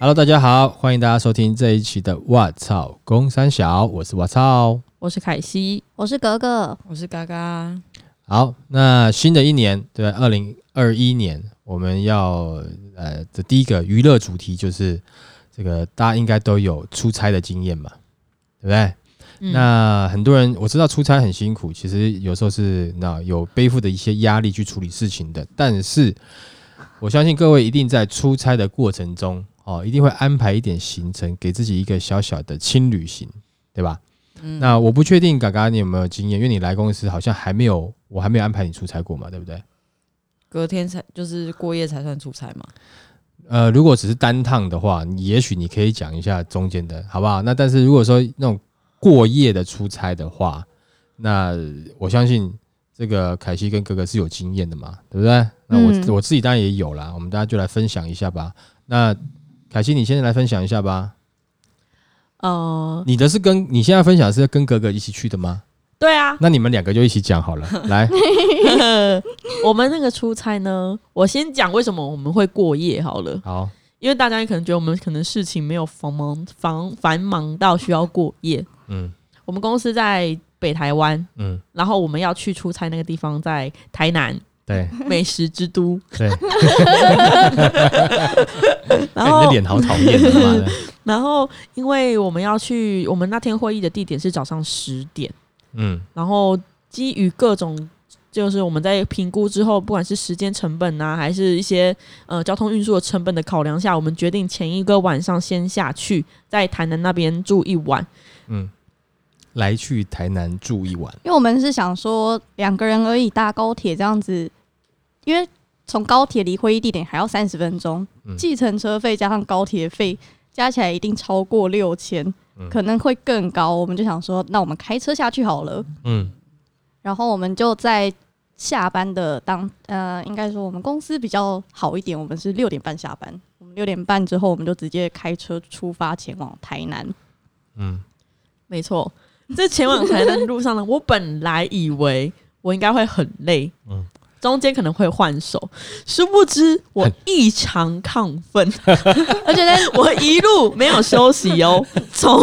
Hello，大家好，欢迎大家收听这一期的《哇操公三小》，我是哇操。我是凯西，我是格格，我是嘎嘎，好，那新的一年，对，二零二一年，我们要呃的第一个娱乐主题就是这个，大家应该都有出差的经验嘛，对不对？嗯那很多人我知道出差很辛苦，其实有时候是那有背负的一些压力去处理事情的，但是我相信各位一定在出差的过程中哦，一定会安排一点行程，给自己一个小小的轻旅行，对吧？嗯那我不确定嘎嘎你有没有经验，因为你来公司好像还没有，我还没有安排你出差过嘛，对不对？隔天才就是过夜才算出差嘛。呃，如果只是单趟的话，你也许你可以讲一下中间的好不好？那但是如果说那种过夜的出差的话，那我相信这个凯西跟哥哥是有经验的嘛，对不对？那我、嗯我自己当然也有啦，我们大家就来分享一下吧。那凯西，你现在来分享一下吧。呃，你的是跟你现在分享是跟哥哥一起去的吗？对 啊，那你们两个就一起讲好了。 来，我们那个出差呢，我先讲为什么我们会过夜好了，好，因为大家可能觉得我们可能事情没有繁忙繁繁忙到需要过夜。嗯我们公司在北台湾，嗯，然后我们要去出差那个地方在台南对美食之都，对， 哎然你的后脸好讨厌啊，妈的，然后因为我们要去，我们那天会议的地点是早上十点。嗯然后基于各种，就是我们在评估之后，不管是时间成本啊，还是一些呃交通运输的成本的考量下，我们决定前一个晚上先下去，在台南那边住一 晚。嗯，来去台南住一晚。因为我们是想说两个人而已，搭高铁这样子，因为从高铁离会议地点还要三十分钟嗯，计、程车费加上高铁费加起来一定超过六千、嗯可能会更高。我们就想说，那我们开车下去好了。嗯然后我们就在下班的当呃，应该说我们公司比较好一点，我们是六点半下班，我们六点半之后我们就直接开车出发前往台南。嗯没错，这前往台南的路上呢，我本来以为我应该会很累，嗯嗯。中间可能会换手，殊不知我异常亢 奋，而且在我一路没有休息哦，从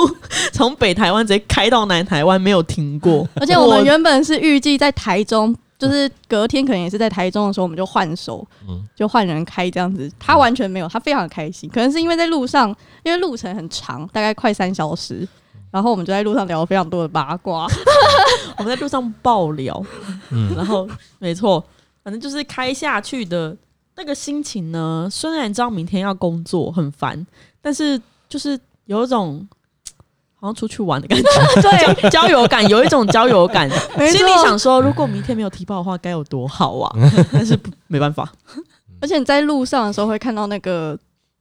从北台湾直接开到南台湾，没有停过。 而且我们原本是预计在台嗯中，就是隔天可能也是在台中的时候，我们就换手，嗯就换人开这样子。他完全没有，他非常的开心。可能是因为在路上，因为路程很长，大概快三小时，嗯然后我们就在路上聊了非常多的八 卦。我们在路上爆 聊，嗯，然后没错，反正就是开下去的那个心情呢。虽然知道明天要工作很烦，但是就是有一种好像出去玩的 感觉，对，交友感，有一种交友感。没心里错想说，如果明天没有提报的话，该有多好 啊！但是不没办法，而且你在路上的时候会看到那个，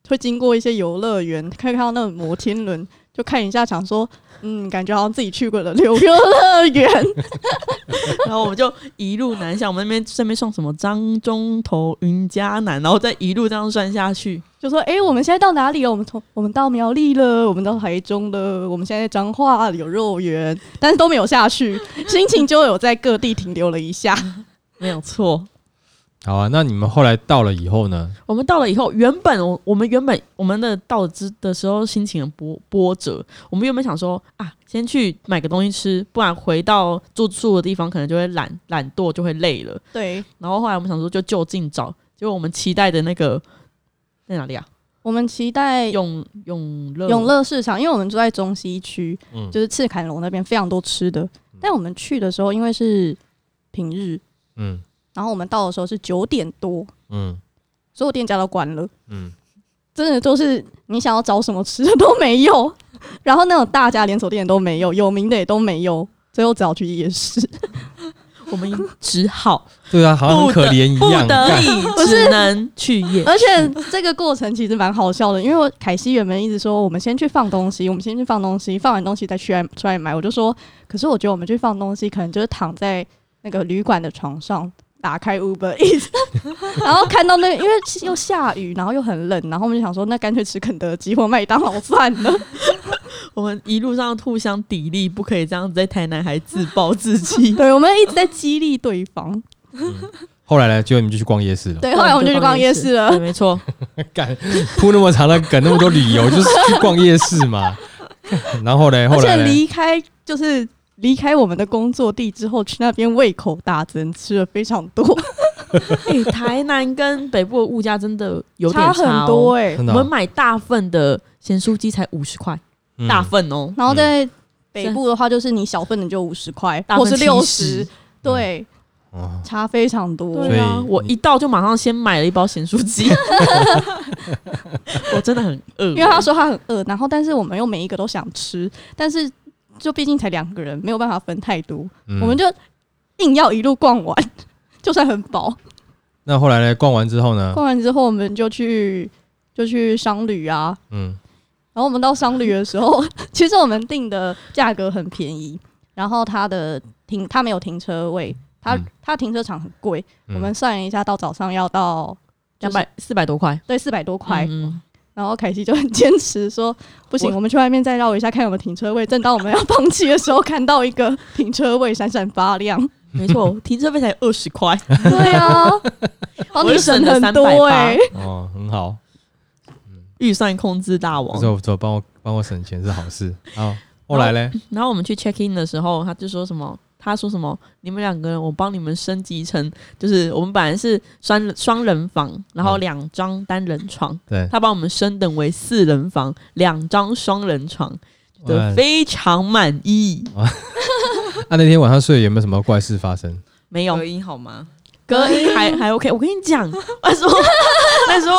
会经过一些游乐园，可以看到那种摩天轮，就看一下，想说，嗯，感觉好像自己去过的游乐园。然后我们就一路南下，我们那边这边送什么张中头云嘉南，然后再一路这样算下去，就说：“哎、我们现在到哪里了？我们从我们到苗栗了，我们到台中了，我们现在在彰化有肉圆，但是都没有下 去，心情就有在各地停留了一下。没有错。好啊。那你们后来到了以后呢？我们到了以后，原本我我们原本我们的到之的时候心情很波波折，我们原本想说啊，先去买个东西吃，不然回到住宿的地方可能就会懒懒惰，就会累了。对，然后后来我们想说就就近找，结果我们期待的那个在哪里啊？我们期待永永乐永乐市场，因为我们住在中西区，嗯就是赤坎楼那边非常多吃的。但我们去的时候，因为是平日，嗯然后我们到的时候是九点多，嗯所有店家都关了。”嗯真的就是你想要找什么吃的都没有，然后那种大家连锁店都没有，有名的也都没有，最后只好去夜市。我们只好对啊，好像很可怜 一不样。得干已只能去夜。而且这个过程其实蛮好笑的，因为我凯西原本一直说我们先去放东西，我们先去放东西，放完东西再去外出来买。我就说，可是我觉得我们去放东西，可能就是躺在那个旅馆的床上，打开 Uber Eats，然 后看到那个，因为又下雨，然后又很冷，然后我们就想说，那干脆吃肯德基或麦当劳饭了。我们一路上互相砥砺，不 可以这样子在台南还自暴自弃。对，我们一直在激励对方。后来呢，结果你们就去逛夜市了，对，后来我们就去逛夜市了对，。没错， 干铺那么长的梗，那么多理由，就是去逛夜市 嘛。然后嘞，后而且来嘞离开就是离开我们的工作地之后，去那边胃口大增，吃了非常多，哎、台南跟北部的物价真的有点很哦多哎、真的我哦们买大份的咸酥鸡才五十块，嗯大份哦，然后在北部的话，就是你小份的就五十块，大或份是六70嗯十，对，哦差非常多。所对以啊，我你一到就马上先买了一包咸酥 鸡， 我真的很饿，因为他说他很饿，然后但是我们又每一个都想吃，但是就毕竟才两个人，没有办法分太多，嗯我们就硬要一路逛完， 就算很饱。嗯那后来嘞，逛完之后呢，逛完之后，我们就去就去商旅啊，嗯，然后我们到商旅的时候， 其实我们订的价格很便宜，然后它的停它没有停车位，它、嗯它停车场很贵，嗯我们算了一下，到早上要到两百四百多块，对四百多块，嗯然后凯西就很坚持说不行，我我们去外面再绕一下看有没有停车位。正当我们要放弃的时候，看到一个停车位闪闪发亮，嗯没错，停车费才二十块，嗯对 啊，然后我你就省了很多380哎、哦，很好，预算控制大不王。错不错，帮我帮我省钱是好事。好，后来嘞，然后我们去 check in 的时候，他就说什么？他说什么？你们两个人，我帮你们升级成，就是我们本来是双双人房，然后嗯两张单人床，对，他把我们升等为四人房，两张双人床，觉得呃非常满意。啊那那天晚上睡有没有什么怪事发生？没有隔音好吗？隔音还还 OK，我跟你 讲，那时候那时候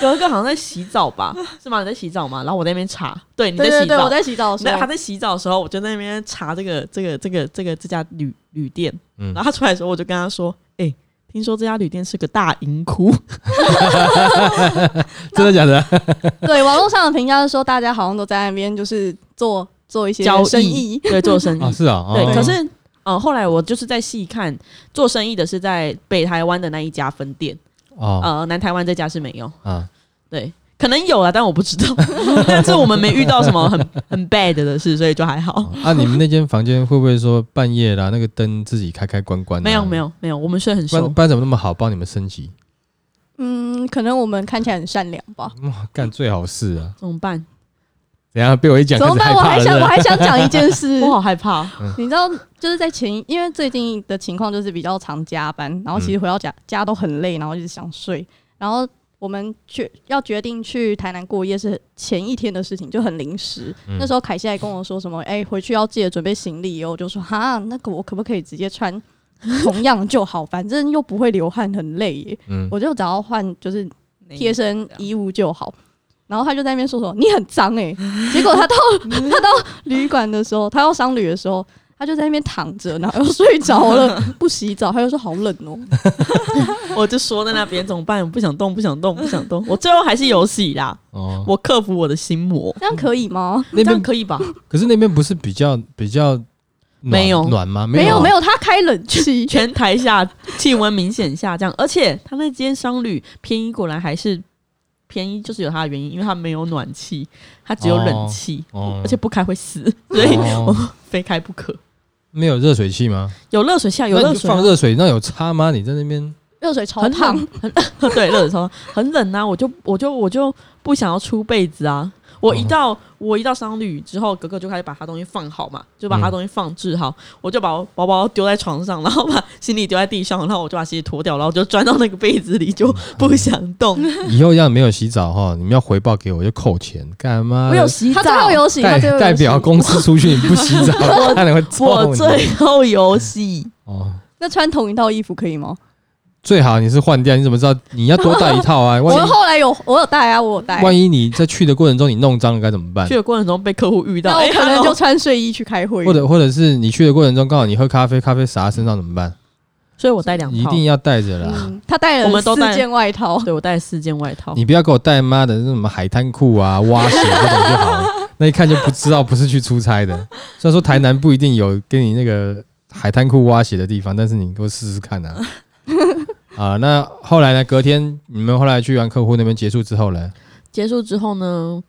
格格好像在洗澡吧，是吗？你在洗澡吗？然后我在那边查，对，你在对洗澡，对对，我在洗澡的时那他候，在洗澡的时候，我就在那边查这个这个这个这个这家旅旅店，嗯然后他出来的时候，我就跟他说：“哎、听说这家旅店是个大银窟，真的假的？对网络上的评价是说，大家好像都在那边就是做做一些交易生意，对，做 生意。哦，是啊，哦嗯对，哦可是呃，后来我就是在细看，做生意的是在北台湾的那一家分店，哦呃，南台湾这家是没有。啊，对，可能有啊，但我不知道。 但是我们没遇到什么很很 bad 的事，所以就还好。哦啊，你们那间房间会不会说半夜啦，那个灯自己开开关关？啊没有没，有没有，我们睡很不然熟。不然怎么那么好帮你们升级？嗯，可能我们看起来很善良吧。哇，干最好事啊！怎么办？等一下被我一讲怎开么始办？害我怕还了，想是吧我还想讲一件 事，我好害怕。你知道，就是在前一，因为最近的情况就是比较常加班，然后其实回到家、家都很累，然后一直想睡，然后我们决要决定去台南过夜是前一天的事情，就很临时。嗯那时候凯西还跟我说什么，哎、回去要记得准备行李哦，我就说哈，那个我可不可以直接穿同样就好，反正又不会流汗，很累耶，嗯，我就只要换就是贴身这样衣物就好。然后他就在那边说什么你很脏哎、结果他到他到旅馆的时候，他要商旅的时候，他就在那边躺着，然后又睡着了，不洗澡，他就说好冷哦、我就说在那边怎么办？我不想动，不想动，不想动。我最后还是有洗啦，哦，我克服我的心魔，这样可以吗？那这样边可以吧？可是那边不是比较比较暖没有暖吗？没有有啊没有，他开冷 气，全台下气温明显下降，而且他那间商旅便宜果然还是便宜，就是有它的原因，因为它没有暖气，它只有冷气，哦，而且不开会死，所以哦我非开不可。没有热水器吗？有热水下有那热你就水啊、放热水，那有差吗？你在那 边热水超很烫，冷，很对，热水超烫，很冷啊！我就我就我就不想要出被子啊！我一到、我一到商旅之后，格格就开始把她东西放好嘛，就把她嗯东西放置好，我就把我包包丢在床上，然后把行李丢在地上，然后我就把行李脱掉，然后就钻到那个被子里，就不想动。以后要没有洗澡哈，你们要回报给我就扣钱，干嘛？我有洗他最澡后，有洗，他代最后有洗代表公司出去，你不洗澡，他人会揍 我你。最后有洗，哦，那穿同一套衣服可以吗？最好你是换掉，你怎么知道你要多带一套啊？ 我万一后来有我有带啊，我有带，万一你在去的过程中你弄脏了该怎么办 去？的过程中被客户遇到，那我哎可能 hello 就穿睡衣去开会，或者或者是你去的过程中刚好你喝咖啡，咖啡洒在身上怎么办？所以我带嗯两一套，定要带着啦。嗯，他带了我们都带四件外套，对我带了四件外套。你不要给我带妈的那什么海滩裤啊、蛙鞋这种就好 了，那一看就不知道不是去出差的。虽然说台南不一定有给你那个海滩裤、蛙鞋的地方，但是你给我试试 看啊。啊，那后来呢？隔天你们后来去完客户那边结束之后呢？结束之后呢，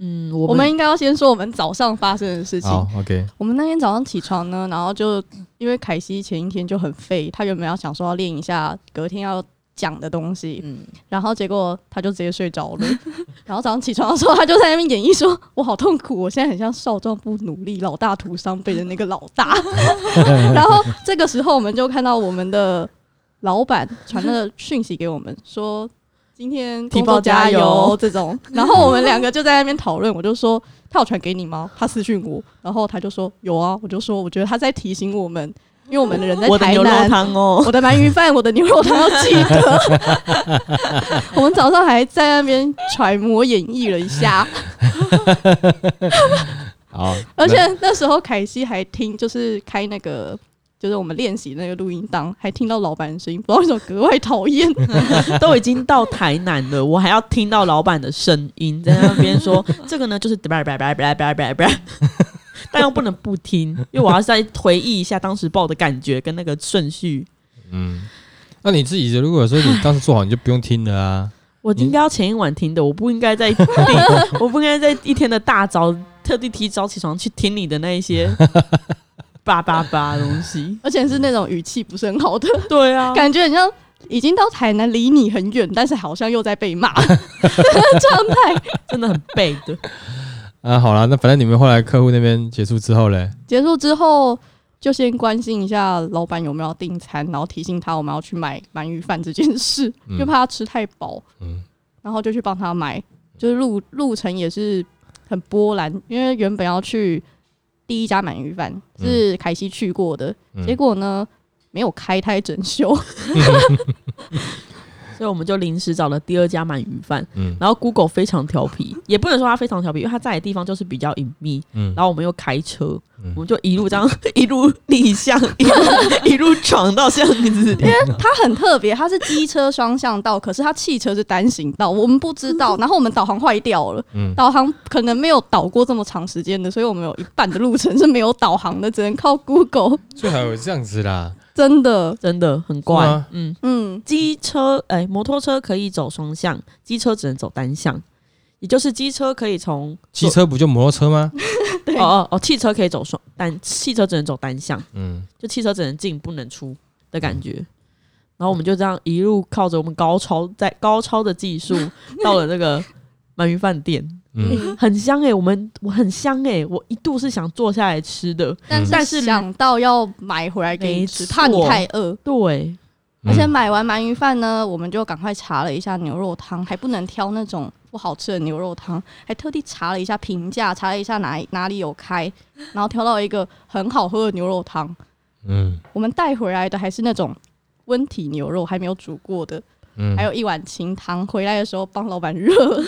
嗯，我我们应该要先说我们早上发生的事情。好，OK，我们那天早上起床呢，然后就因为凯西前一天就很废，他原本要想说要练一下隔天要讲的东西，嗯，然后结果他就直接睡着了。 然后早上起床的时候，他就在那边演绎说：“我好痛苦，我现在很像少壮不努力、老大徒伤悲的那个老大。” 然后这个时候，我们就看到我们的老板传了讯息给我们说。今天提工报作加加油油这种，然后我们两个就在那边讨论。我就说他有传给你吗？他私讯我，然后他就说有啊。我就说我觉得他在提醒我们，因为我们的人在我的台牛肉南，汤 哦，我的鳗鱼饭，我的牛肉汤要记得。我们早上还在那边揣摩演绎了一下， 好，而且那时候凯西还听，就是开那个。就是我们练习那个录音档，还听到老板的声音，不知道为什么格外 讨厌。都已经到台南了，我还要听到老板的声音在那边说这个呢，就是叭叭叭叭叭叭叭，但又不能不听，因为我要再回忆一下当时报的感觉跟那个顺序。嗯，那你自己如果说你当时做好，你就不用听了 啊。我应该要前一晚听的，我不应 该在第我不应该在一天的大早特地提早起床去听你的那 一些叭叭叭的东西。而且是那种语气不是很好的，对啊，感觉很像已经到台南，离你很远，但是好像又在被 骂的状态。真的很背的。啊，好了，那反正你们后来客户那边结束之后嘞，结束之后，就先关心一下老板有没有订餐，然后提醒他我们要去买鳗鱼饭这件事，嗯就怕他吃太饱，嗯然后就去帮他买。就是路路程也是很波澜，因为原本要去第一家鳗鱼饭是凯西去过的，嗯结果呢没有开，他还整 修，所以我们就临时找了第二家鳗鱼饭。嗯然后 Google 非常调皮，也不能说他非常调皮，因为他在的地方就是比较隐秘。嗯然后我们又开车，嗯我们就一路这样 一路逆向，一路一路闯到巷 子里。它很特别，它是机车双向道，可是它汽车是单行道，我们不知道。 然后我们导航坏掉了，嗯，导航可能没有导过这么长时间的，所以我们有一半的路程是没有导航的，只能靠 Google。 最好有这样子啦。真的，真的很是怪吗，嗯，嗯，机车哎、摩托车可以走双向，机车只能走单向，也就是机车可以从机车不就摩托车吗？对哦哦哦，汽车可以走双单，汽车只能走单向，嗯，就汽车只能进不能出的感觉。然后我们就这样一路靠着我们高超在高超的技术到了那个鳗鱼饭店，嗯很香诶、欸我们我很香诶、我一度是想坐下来吃的，但是嗯但是想到要买回来给你吃，没错怕你太饿。对，嗯而且买完鳗鱼饭呢，我们就赶快查了一下牛肉汤，还不能挑那种不好吃的牛肉汤，还特地查了一下评价，查了一下哪哪里有开，然后挑到一个很好喝的牛肉汤。嗯我们带回来的还是那种温体牛肉，还没有煮过的，嗯，还有一碗清汤。回来的时候帮老板热，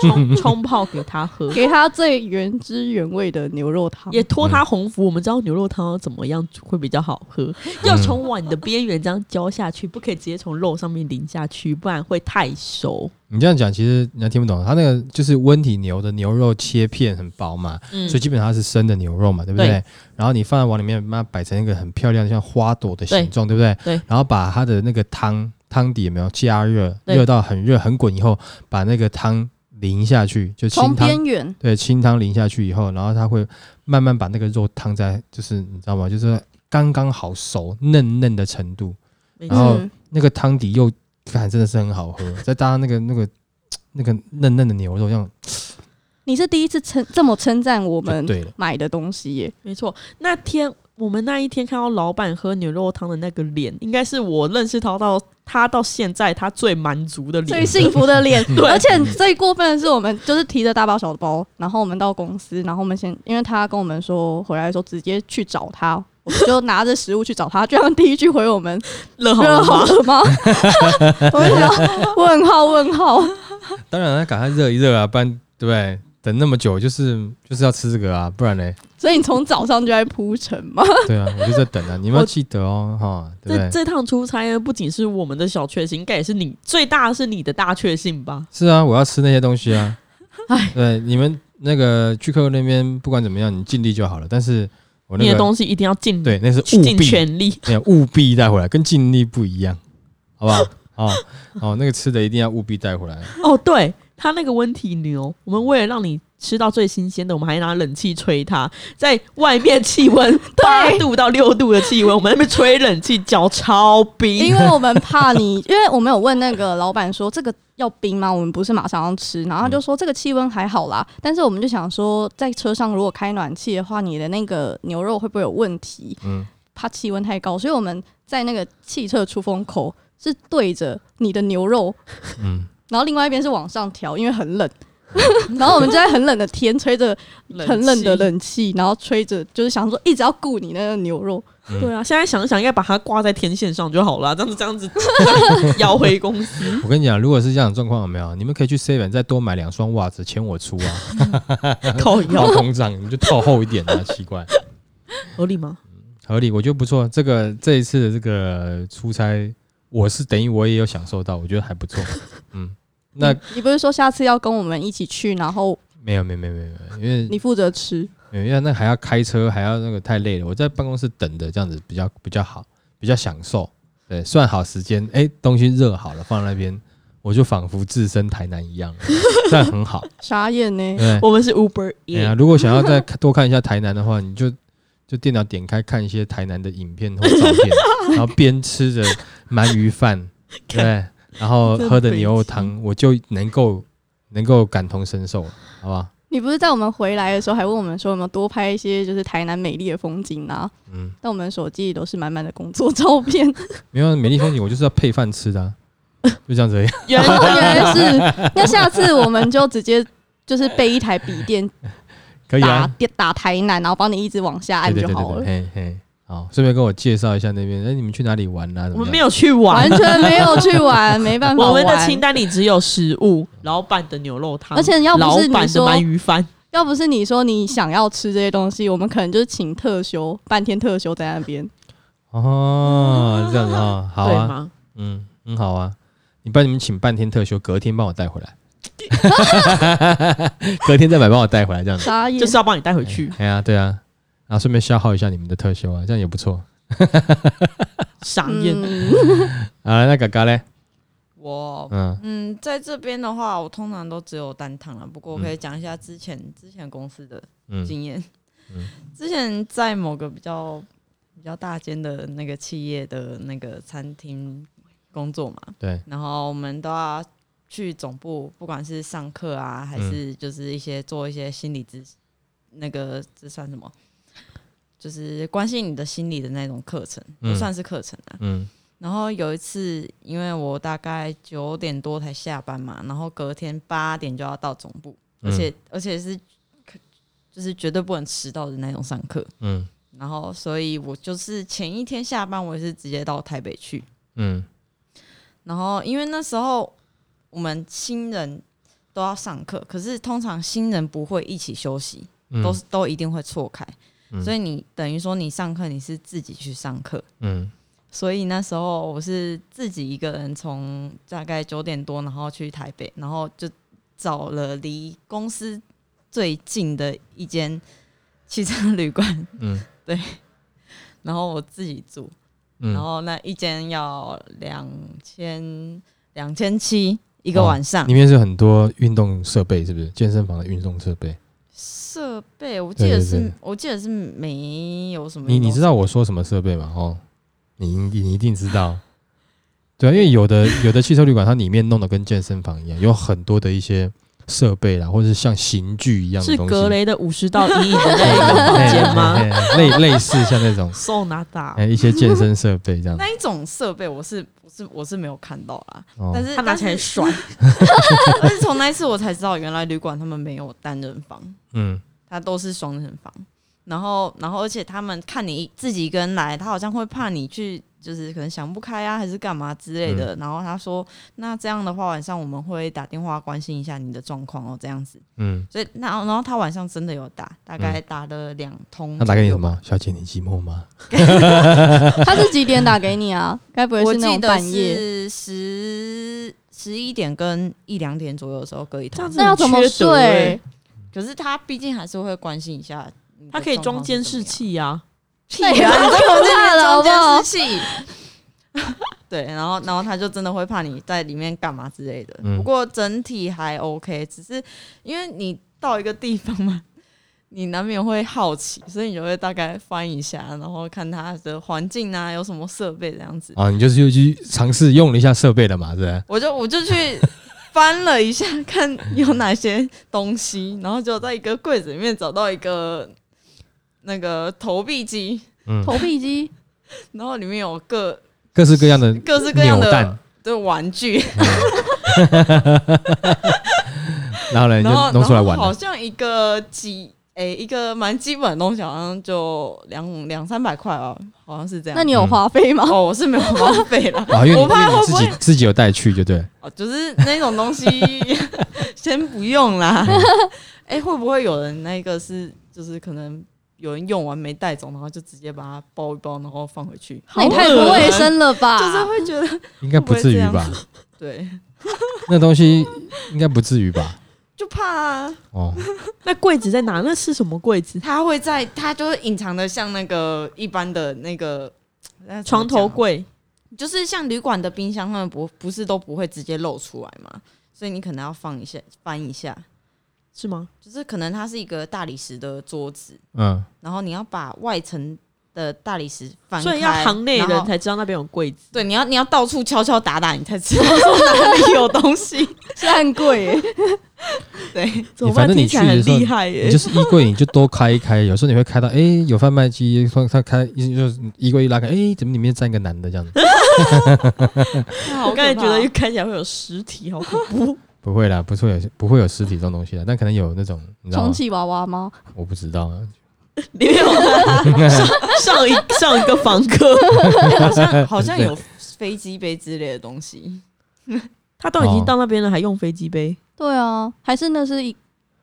冲冲泡给他喝，给他最原汁原味的牛肉汤。也托他鸿福。我们知道牛肉汤要怎么样煮会比较好喝，要从碗的边缘这样浇下去，不可以直接从肉上面淋下去，不然会太熟。你这样讲，其实人家听不懂。它那个就是温体牛的牛肉切片很薄嘛，嗯所以基本上它是生的牛肉嘛，对不对？对然后你放在碗里面，把它摆成一个很漂亮的像花朵的形状，对不对？对然后把它的那个汤汤底有没有加热，对热到很热很滚以后，把那个汤淋下去，就从清汤。边缘，对，清汤淋下去以后，然后它会慢慢把那个肉汤在，就是你知道吗？就是刚刚好熟嫩嫩的程度，没然后错，嗯，那个汤底又看真的是很好喝，再搭上那个那个那个嫩嫩的牛肉，这样你是第一次称这么称赞我就们对了。买的东西耶，没错。那天我们那一天看到老板喝牛肉汤的那个脸，应该是我认识他到他到现在他最满足的最脸。幸福的脸。 对而且最过分的是，我们就是提着大包小包，然后我们到公司，然后我们先，因为他跟我们说回来的时候直接去找他。我们就拿着食物去找他，就像第一句回我们热好热了好吗？了吗？ 我就想问号问号，当然，赶快热一热啊，不然对不对？等那么久就是就是要吃这个啊，不然 嘞，所以你从早上就在铺陈嘛？对啊，我就在等啊。你们要记得哦，哈，对这不对？这趟出差呢，不仅是我们的小确幸，应该也是你最大的是你的大确幸吧？是啊，我要吃那些东西啊。对，你们那个去客户那边不管怎么样，你尽力就好了。但是我那你的个东西一定要尽对，那是务尽必全力。没有务必带回来，跟尽力不一样，好 不好？哦哦，那个吃的一定要务必带回来。哦，对他那个温体牛，我们为了让你吃到最新鲜的，我们还拿冷气吹它，在外面气 温八度到六度的气温，我们在那边吹冷气，脚超冰因。为我们怕 你，因为我们有问那个老板说这个要冰吗？我们不是马上要吃，然后他就说这个气温还好啦。但是我们就想说，在车上如果开暖气的话，你的那个牛肉会不会有问题？嗯，怕气温太高，所以我们在那个汽车出风口是对着你的牛肉，嗯，然后另外一边是往上调，因为很 冷。然后我们就在很冷的天吹着很冷的冷冷气，然后吹着就是想说一直要顾你那个牛肉，气，对啊，现在想想应该把它挂在天线上就好了，这样子这样子 摇回公司。 我跟你讲，如果是这样的状况，有没有？你们可以去 Seven 再多买两双袜子，钱我出 啊，靠到 腰通胀你们就套厚一点啊，奇怪，合理吗？合理，我觉得不错。这个这一次的这个出差，我是等于我也有享受到，我觉得还不错。嗯，那你不是说下次要跟我们一起去，然后没有没有没有没有，没有因为你负责吃？没有因为那还要开车，还要那个太累了。我在办公室等的，这样子比较比较好，比较享受。对，算好时间，哎、东西热好了放在那边，我就仿佛置身台南一样，这样很好。傻眼欸呢、对，我们是 Uber 对啊， E，如果想要再看 多看一下台南的话，你就就电脑点开看一些台南的影片或照片，然后边吃着鳗鱼饭，对，然后真喝的北牛肉京汤，我就能够能够感同身受了，好吧？你不是在我们回来的时候还问我们说有没有多拍一些就是台南美丽的风景啊？嗯，但我们手机里都是满满的工作照片，没有美丽风景，我就是要配饭吃的、啊，就这样子而已。原原来是。那下次我们就直接就是备一台笔电可以打啊，电打台南，然后帮你一直往下对按对就对对好对，了。嘿嘿，好，顺便跟我介绍一下那边，哎、你们去哪里玩啊？怎我么们样没有去玩完，全没有去玩，没办法 我们的玩清单里只有食物、老板的牛肉汤，而且要不老是你板的说鳗鱼饭，要不是你说你想要吃这些东西，我们可能就是请特休，半天特休在那边。哦，这样子啊，好对啊，吗？嗯，很好啊。你帮你们请半天特休，隔天帮我带回来，隔天再买帮我带回来这样子。傻眼，就是要帮你带回嗯去，哎呀，对啊，然后顺便消耗一下你们的特休啊，这样也不错。傻眼。嗯，啊，那嘎嘎嘞，我嗯，嗯，在这边的话，我通常都只有单趟了。不过我可以讲一下之前、之前公司的嗯经验。嗯 之前在某个比较比较大间的那个企业的那个餐厅工作嘛，对，然后我们都要去总部，不管是上课啊，还嗯是就是一些做一些心理咨，那个这算什么？就是关心你的心理的那种课程，嗯不算是课程啊。嗯然后有一次，因为我大概九点多才下班嘛，然后隔天八点就要到总部，嗯而且而且是就是绝对不能迟到的那种上课。嗯然后，所以我就是前一天下班，我也是直接到台北去。嗯然后，因为那时候我们新人都要上课，可是通常新人不会一起休息，嗯，都是都一定会错开。嗯所以你等于说你上课你是自己去上课，嗯所以那时候我是自己一个人从大概九点多，然后去台北，然后就找了离公司最近的一间汽车旅馆， 嗯然后我自己住，嗯，然后那一间要两千两千七一个哦晚上里，面是很多运动设备，是不是？健身房的运动设备，设备我对记得对是对我记得是没有什么你运动设备，你知道我说什么设备吗？哦，你你你一定知道。对啊，因为有的有的汽车旅馆，它里面弄得跟健身房一样，有很多的一些设备啦，或者是像刑具一样的是东西。格雷的五十到一亿的 对那个房间吗？对对对类类似像那 种受拿打哎，一些健身设备这样。那一种设备我是我是我是没有看到啦，哦但是他拿起来但 是甩，但是从那一次我才知道，原来旅馆他们没有单人房，嗯他都是双人房。然后，然后，而且他们看你自己一个人来，他好像会怕你去，就是可能想不开啊，还是干嘛之类嗯的。然后他说，那这样的话，晚上我们会打电话关心一下你的状况哦，这样子。嗯，所以，那然后他晚上真的有打，大概打了两通。他打给你什？么？小姐，你寂寞吗？他是几点打给你啊？该不会我是那记种得半夜？是十十一点跟一两点左右的时候各一这通样。子那要怎么很缺德欸 睡？可是他毕竟还是会关心一下你的状况是怎么样。他可以装监视器啊，屁啊！你 在我这里装监视器。 对，然后然后他就真的会怕你在里面干嘛之类的。嗯不过整体还 OK，只是因为你到一个地方嘛，你难免会好奇，所以你就会大概翻一下，然后看它的环境啊，有什么设备这样子。啊，你就是又去尝试用了一下设备了嘛，是不是？我就我就去翻了一下，看有哪些东西，然后就在一个柜子里面找到一个那个投币机，嗯，投币机，然后里面有各各式各样的各式各样扭的蛋，的玩具，然后哎呢 你就然后弄出来然后玩好了。像一个几诶、一个蛮基本的东西，好像就两两三百块哦，好像是这样。那你有花费嗯吗？哦，我是没有花费了，啊，因为你我因怕为你会自不会己自己有带去，就对。 哦，就是那种东西 先不用啦。哎、会不会有人那个是就是可能有人用完没带走，然后就直接把它包一包，然后放回去？ 那你太不恶卫心生了吧？就是 会觉得应该不至于会不会吧？对， 那东西应该不至于吧？就怕、啊、哦，那柜子在哪？那是什么柜子？它会在它就是隐藏的，像那个一般的那个那怎么床头讲啊柜。就是像旅馆的冰箱，他们不不是都不会直接露出来嘛，所以你可能要放一下翻一下，是吗？就是可能它是一个大理石的桌子，嗯，然后你要把外层的大理石翻开，所以要行内然人后才知道那边有柜子。对，你要你要到处敲敲打打，你才知道说 哪里有东西。是按柜耶， 对， 怎么反办？正你听起来很厉害你耶就！是衣柜，你就多开一开。有时候你会开到，哎、有贩卖机，放他开，就是衣柜一拉开，哎、怎么里面站一个男的这样 子？我我刚才觉得又看起来会有实体，好恐怖。不会啦，不会有不会有尸体这种东西的，但可能有那种，你知道 充吗？气娃娃吗？我不知道啊，里面有上上一上一个房客，好像 好像有飞机杯之类的东西， 他都已经到那边了，还用飞机杯？对啊，还是那是一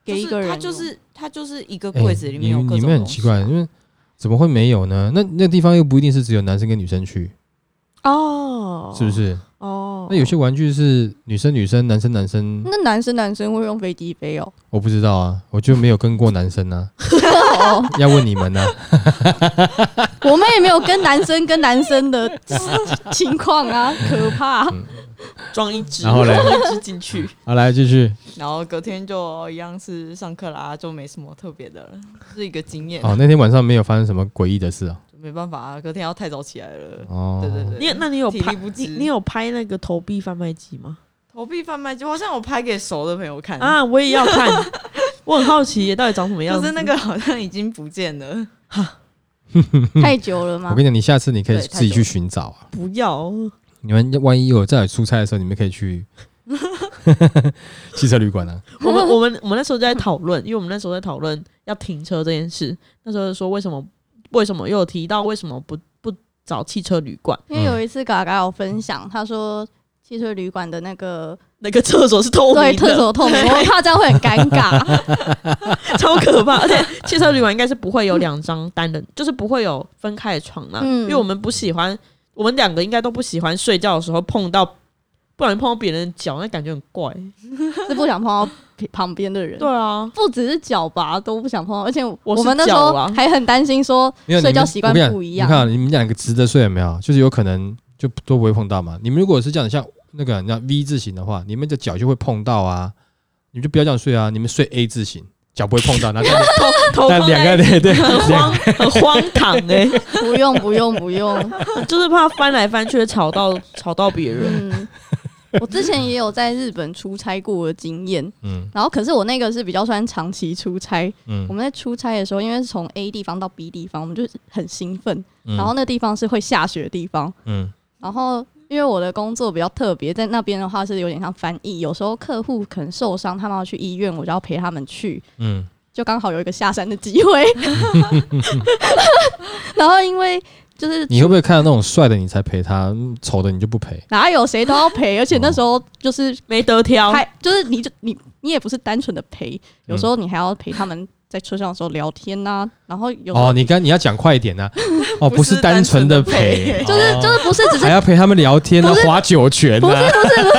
给一就是个人它用，就是它就是一个哎柜子里面有你各你种们很东奇西。啊怪，因为怎么会没有呢？那那地方又不一定是只有男生跟女生去，哦，是不？是？哦，那有些玩具是女生女生，男生男生，那男生男生会用飞机杯哦，我不知道啊，我就没有跟过男生 啊，哦要问你们啊呢、我们也没有跟男生跟男生的 情况啊，可怕。嗯装一只，然后嘞装一只进去。好，来继续。然后隔天就一样是上课啦，就没什么特别的了，是一个经验。哦，那天晚上没有发生什么诡异的事啊。没办法啊，隔天要太早起来了。哦，对对对，你那你有体力拍不你支你有拍那个投币贩卖机吗？投币贩卖机，我好像我拍给熟的朋友看，啊，我也要看， 我很好奇耶到底长什么样可子。是那个好像已经不见了。太久了我吗嗯跟？你讲，你下次你可以对太自己久去了寻找啊。不要，你们万一有在出差的时候，你们可以去汽车旅馆啊。我们我们我们那时候就在讨论，因为我们那时候在讨论要停车这件事，那时候就说为什么为什么又有提到为什么不不找汽车旅馆？因为有一次嘎嘎有分享，他说汽车旅馆的那个那个厕所是透明的，对厕所 透明，我怕这样会很尴尬。超可怕。而且汽车旅馆应该是不会有两张单人，就是不会有分开的床啦、嗯因为我们不喜欢，我们两个应该都不喜欢睡觉的时候碰到，不然碰到别人的脚，那感觉很怪。欸是不想碰到旁旁边的人对。啊，不只是脚吧，都不想碰到，而且我是们那时脚候啊还很担心说没有睡觉你们习惯我跟你讲不一你看样。啊你们两个值得睡了没有？就是有可能就都不会碰到嘛。你们如果是这样的，像那个你知道 V 字形的话，你们的脚就会碰到啊，你们就不要这样睡啊，你们睡 A 字形，脚不会碰到，然后这样子头 头那放两在个对对，很两荒很荒唐哎、不用不用不 用，就是怕翻来翻去吵到吵到别人。嗯，我之前也有在日本出差过的经验，嗯然后可是我那个是比较算长期出差。我嗯，们在出差的时候，因为是从 A 地方到 B 地方，我们就很兴奋。嗯然后那地方是会下雪的地方，嗯然后因为我的工作比较特别，在那边的话是有点像翻译，有时候客户可能受伤，他们要去医院，我就要陪他们去。嗯就刚好有一个下山的机会。 然后因为就是你会不会看到那种帅的你才陪他，嗯丑的你就不陪？哪有谁都要陪，而且那时候就是 没得挑，还就是你就你你也不是单纯的陪，有时候你还要陪他们在车上的时候聊天呐、然后有时候哦，你刚你要讲快一点 呐，哦，不不是是单纯的陪，单纯地陪就是哦就是不是只是还要陪他们聊天啊不，是划九泉不是啊，不是不是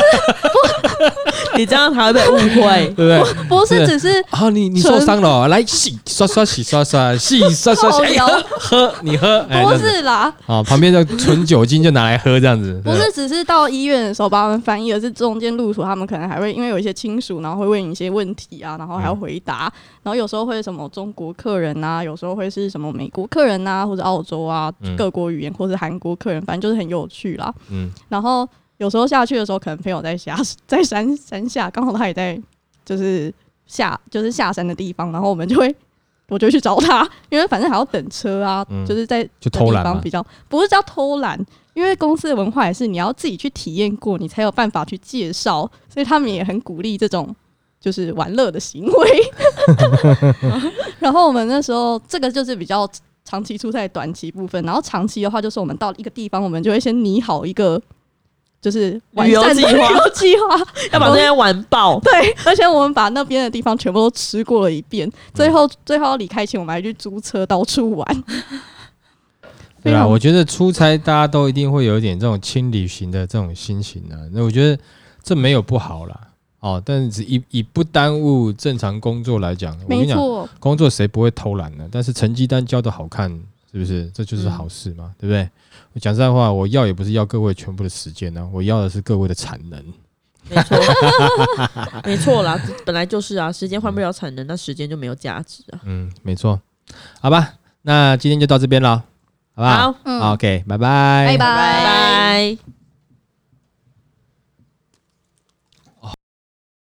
你这样还会被误 会。对不对？不是是只是啊，你你受纯伤了哦，来洗刷刷洗刷刷洗刷刷泡洗， 哎疗，喝你喝，哎，不这样子是啦，啊，旁边的纯酒精就拿来喝这样子，不对是只是到医院的时候帮他们翻译，而是中间路途他们可能还会因为有一些亲属，然后会问你一些问题啊，然后还要回答，嗯然后有时候会什么中国客人啊，有时候会是什么美国客人啊，或者澳洲啊，嗯各国语言或者韩国客人，反正就是很有趣啦。嗯然后有时候下去的时候，可能朋友在下 在山山下，刚好他也在就是下就是下山的地方，然后我们就会我就去找他，因为反正还要等车啊，嗯就是在就的偷地懒方嘛比较不是叫偷懒，因为公司的文化也是你要自己去体验过，你才有办法去介绍，所以他们也很鼓励这种就是玩乐的行 为。 然后我们那时候这个就是比较长期出差的短期部分，然后长期的话就是我们到一个地方，我们就会先拟好一个就是完善的旅游计划旅游计划，要把这些玩爆，对，而且我们把那边的地方全部都吃过了一遍，嗯最后最后离开前我们还去租车到处玩。 对非啊，常我觉得出差大家都一定会有一点这种轻旅行的这种心情啊。那我觉得这没有不好啦，哦，但是以以不耽误正常工作来讲，我跟没你讲，错，工作谁不会偷懒呢？但是成绩单交的好看，是不是？这就是嗯好事嘛，对不对？我讲实在话，我要也不是要各位全部的时间呢、我要的是各位的产能。没错，没错啦，本来就是啊，时间换不了产能，那时间就没有价值啊。嗯，没错，好吧，那今天就到这边了，好不好？好，嗯 o k 拜拜，拜拜拜。